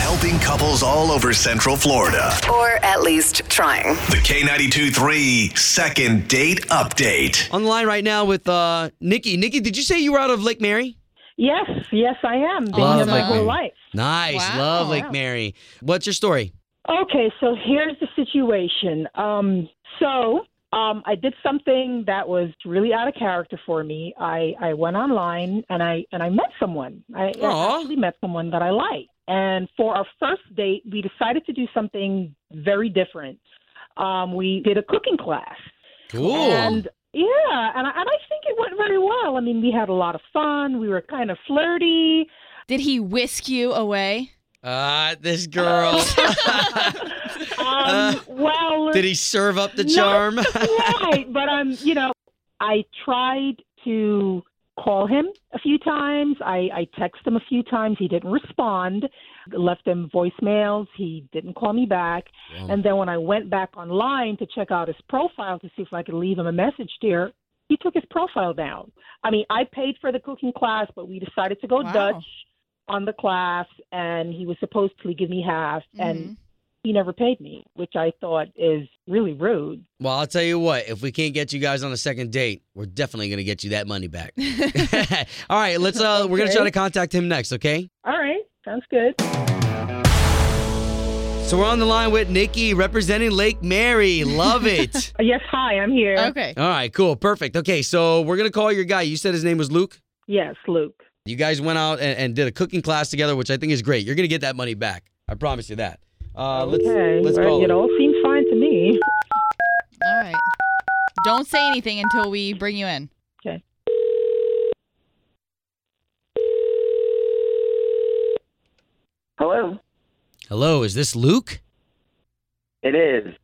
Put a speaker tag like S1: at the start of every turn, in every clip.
S1: helping couples all over Central Florida.
S2: Or at least trying.
S1: The K92 3 Second Date Update.
S3: On the line right now with uh, Nikki. Nikki, did you say you were out of Lake Mary?
S4: Yes, yes, I am. Being
S3: Love
S4: in my
S3: Lake
S4: whole
S3: Mary.
S4: life.
S3: Nice.
S5: Wow.
S3: Love Lake Mary. What's your story?
S4: Okay, so here's the situation. Um, so um, I did something that was really out of character for me. I, I went online and I and I met someone. I
S3: Aw.
S4: actually met someone that I like. And for our first date, we decided to do something very different. Um, we did a cooking class.
S3: Cool.
S4: And yeah, and I, and I think it went very well. I mean, we had a lot of fun. We were kind of flirty.
S5: Did he whisk you away?
S3: Ah, this girl.
S4: Um,
S3: Uh,
S4: well,
S3: did he serve up the
S4: No.
S3: charm?
S4: right, but um, you know, I tried to call him a few times. I, I texted him a few times. He didn't respond. Left him voicemails. He didn't call me back.
S3: Hmm.
S4: And then when I went back online to check out his profile to see if I could leave him a message there, he took his profile down. I mean, I paid for the cooking class, but we decided to go
S5: Wow.
S4: Dutch on the class, and he was supposed to give me half, and
S3: Mm-hmm.
S5: Mhm.
S4: he never paid me, which I thought is really rude.
S3: well, I'll tell you what. If we can't get you guys on a second date, we're definitely gonna get you that money back. All right, let's. Uh, We're gonna try
S4: Okay.
S3: to contact him next. Okay.
S4: All right, sounds good.
S3: So we're on the line with Nikki representing Lake Mary. Love it.
S4: Uh, Yes, hi, I'm here.
S5: Okay.
S3: All right, cool, perfect. Okay, so we're gonna call your guy. You said his name was Luke.
S4: Yes, Luke.
S3: You guys went out and, and did a cooking class together, which I think is great. You're gonna get that money back. I promise you that. Uh, let's
S4: okay,
S3: let's
S4: well,
S3: call.
S4: it
S3: him.
S4: all seems fine to me.
S5: All right. Don't say anything until we bring you in.
S6: Hello.
S3: Hello, is this Luke?
S6: It is.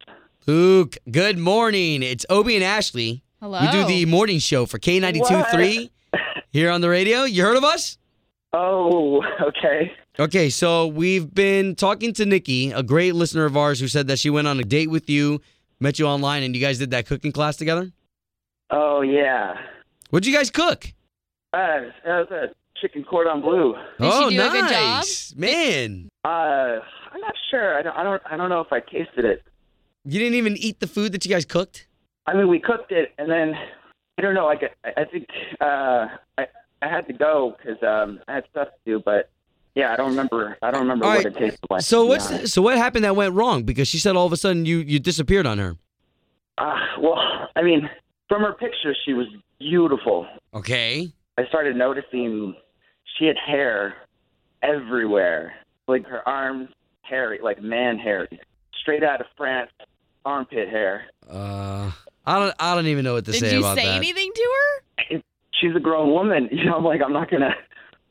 S3: Luke, good morning. It's Obie and Ashley.
S5: Hello.
S3: We do the morning show for K92.3 here on the radio. You heard of us?
S6: Oh, okay.
S3: Okay, so we've been talking to Nikki, a great listener of ours who said that she went on a date with you, met you online, and you guys did that cooking class together.
S6: Oh yeah.
S3: What'd you guys cook?
S6: Uh, that was a chicken cordon bleu.
S5: Did she
S3: oh,
S5: do a good job?
S3: nice. Man,
S6: Uh, I'm not sure. I don't. I don't. I don't know if I tasted it.
S3: you didn't even eat the food that you guys cooked?
S6: I mean, we cooked it, and then I don't know. Like I, I think uh, I I had to go because um, I had stuff to do. But yeah, I don't remember. I don't remember
S3: All
S6: what
S3: right.
S6: it tasted like.
S3: So
S6: to be
S3: what's
S6: honest.
S3: so what happened that went wrong? Because she said all of a sudden you you disappeared on her.
S6: Uh, well, I mean, from her picture, she was beautiful.
S3: Okay.
S6: I started noticing she had hair everywhere, like her arms hairy, like man hairy, straight out of France, armpit hair.
S3: Uh, I don't I don't even know what to
S5: Did
S3: say
S5: you
S3: about
S5: say
S3: that.
S5: anything to her?
S6: She's a grown woman, you know. I'm like, I'm not gonna.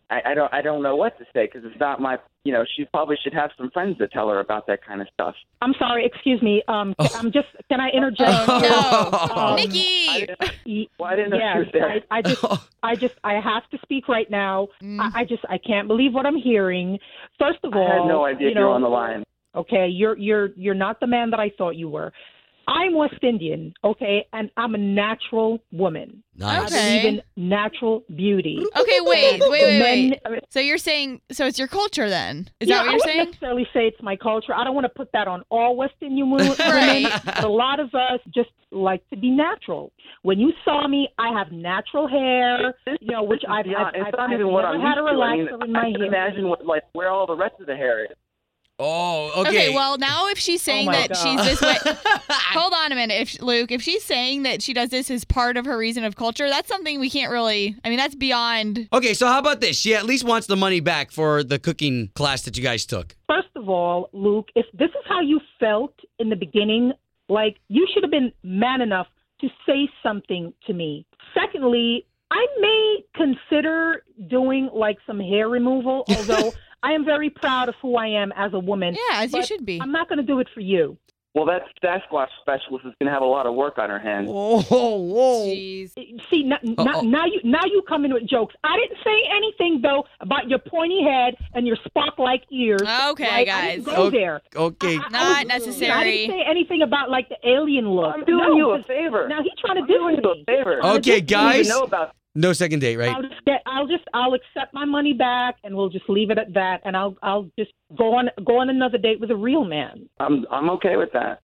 S6: I, I don't. I don't know what to say because it's not my. You know, she probably should have some friends to tell her about that kind of stuff.
S4: I'm sorry, excuse me. Um,
S3: Oh.
S4: ca- I'm just. Can I interject?
S5: Oh,
S4: Um,
S6: I
S5: Nikki.
S6: didn't-
S4: Y-
S6: well, I didn't know she
S4: yes,
S6: was there.
S4: I, I just, I just, I have to speak right now.
S5: Mm.
S4: I, I just, I can't believe what I'm hearing. First of
S6: I
S4: all,
S6: had no idea
S4: you
S6: you
S4: know,
S6: were on the line.
S4: okay you're you're you're not the man that i thought you were i'm west indian okay and i'm a natural woman
S3: nice.
S5: Okay.
S4: i believe in natural beauty
S5: Okay, wait, wait, wait,
S4: Men-
S5: wait. So you're saying, so it's your culture then? Is
S4: Yeah,
S5: that what
S4: I
S5: you're
S4: wouldn't
S5: saying?
S4: necessarily say it's my culture. I don't want to put that on all West Indian wo- women.
S5: Right.
S4: but A lot of us just like to be natural. When you saw me, I have natural hair, you know, which I've,
S6: Yeah,
S4: I've,
S6: it's
S4: I've,
S6: not
S4: I've
S6: even
S4: never
S6: what I'm
S4: had a
S6: used to. I
S4: relaxer
S6: mean,
S4: in my
S6: I can
S4: hair.
S6: imagine what, like where all the rest of the hair is.
S3: Oh, okay.
S5: Okay. well, now if she's saying
S4: Oh my
S5: that
S4: God.
S5: she's this way, hold on a minute, if Luke, if she's saying that she does this as part of her reason of culture, that's something we can't really. I mean, that's beyond.
S3: Okay, so how about this? She at least wants the money back for the cooking class that you guys took.
S4: First of all, Luke, if this is how you felt in the beginning, like you should have been man enough to say something to me. Secondly, I may consider doing like some hair removal, although I am very proud of who I am as a woman.
S5: Yeah, as you
S4: But
S5: should be.
S4: I'm not going to do it for you.
S6: Well, that Sasquatch specialist is going to have a lot of work on her hands.
S3: Whoa,
S4: Oh.
S3: whoa.
S5: Jeez.
S4: See, now, now,
S3: oh.
S4: now you now you come in with jokes. I didn't say anything though about your pointy head and your spark-like ears. right?
S5: Okay,
S4: I didn't
S5: guys.
S4: go
S3: Okay.
S4: there.
S3: Okay.
S4: I- I
S5: Not
S4: was- I didn't
S5: necessary.
S4: say anything about like the alien look.
S6: I'm doing
S4: No,
S6: you a
S4: 'cause
S6: favor.
S4: Now he's trying to
S6: I'm doing
S4: diss
S6: you a
S4: me.
S6: favor.
S4: I
S3: Okay,
S4: didn't even
S6: You
S3: guys.
S6: know about
S3: No second date, right?
S4: I'll just get. I'll just. I'll accept my money back, and we'll just leave it at that. And I'll. I'll just go on. Go on another date with a real man.
S6: I'm I'm okay with that.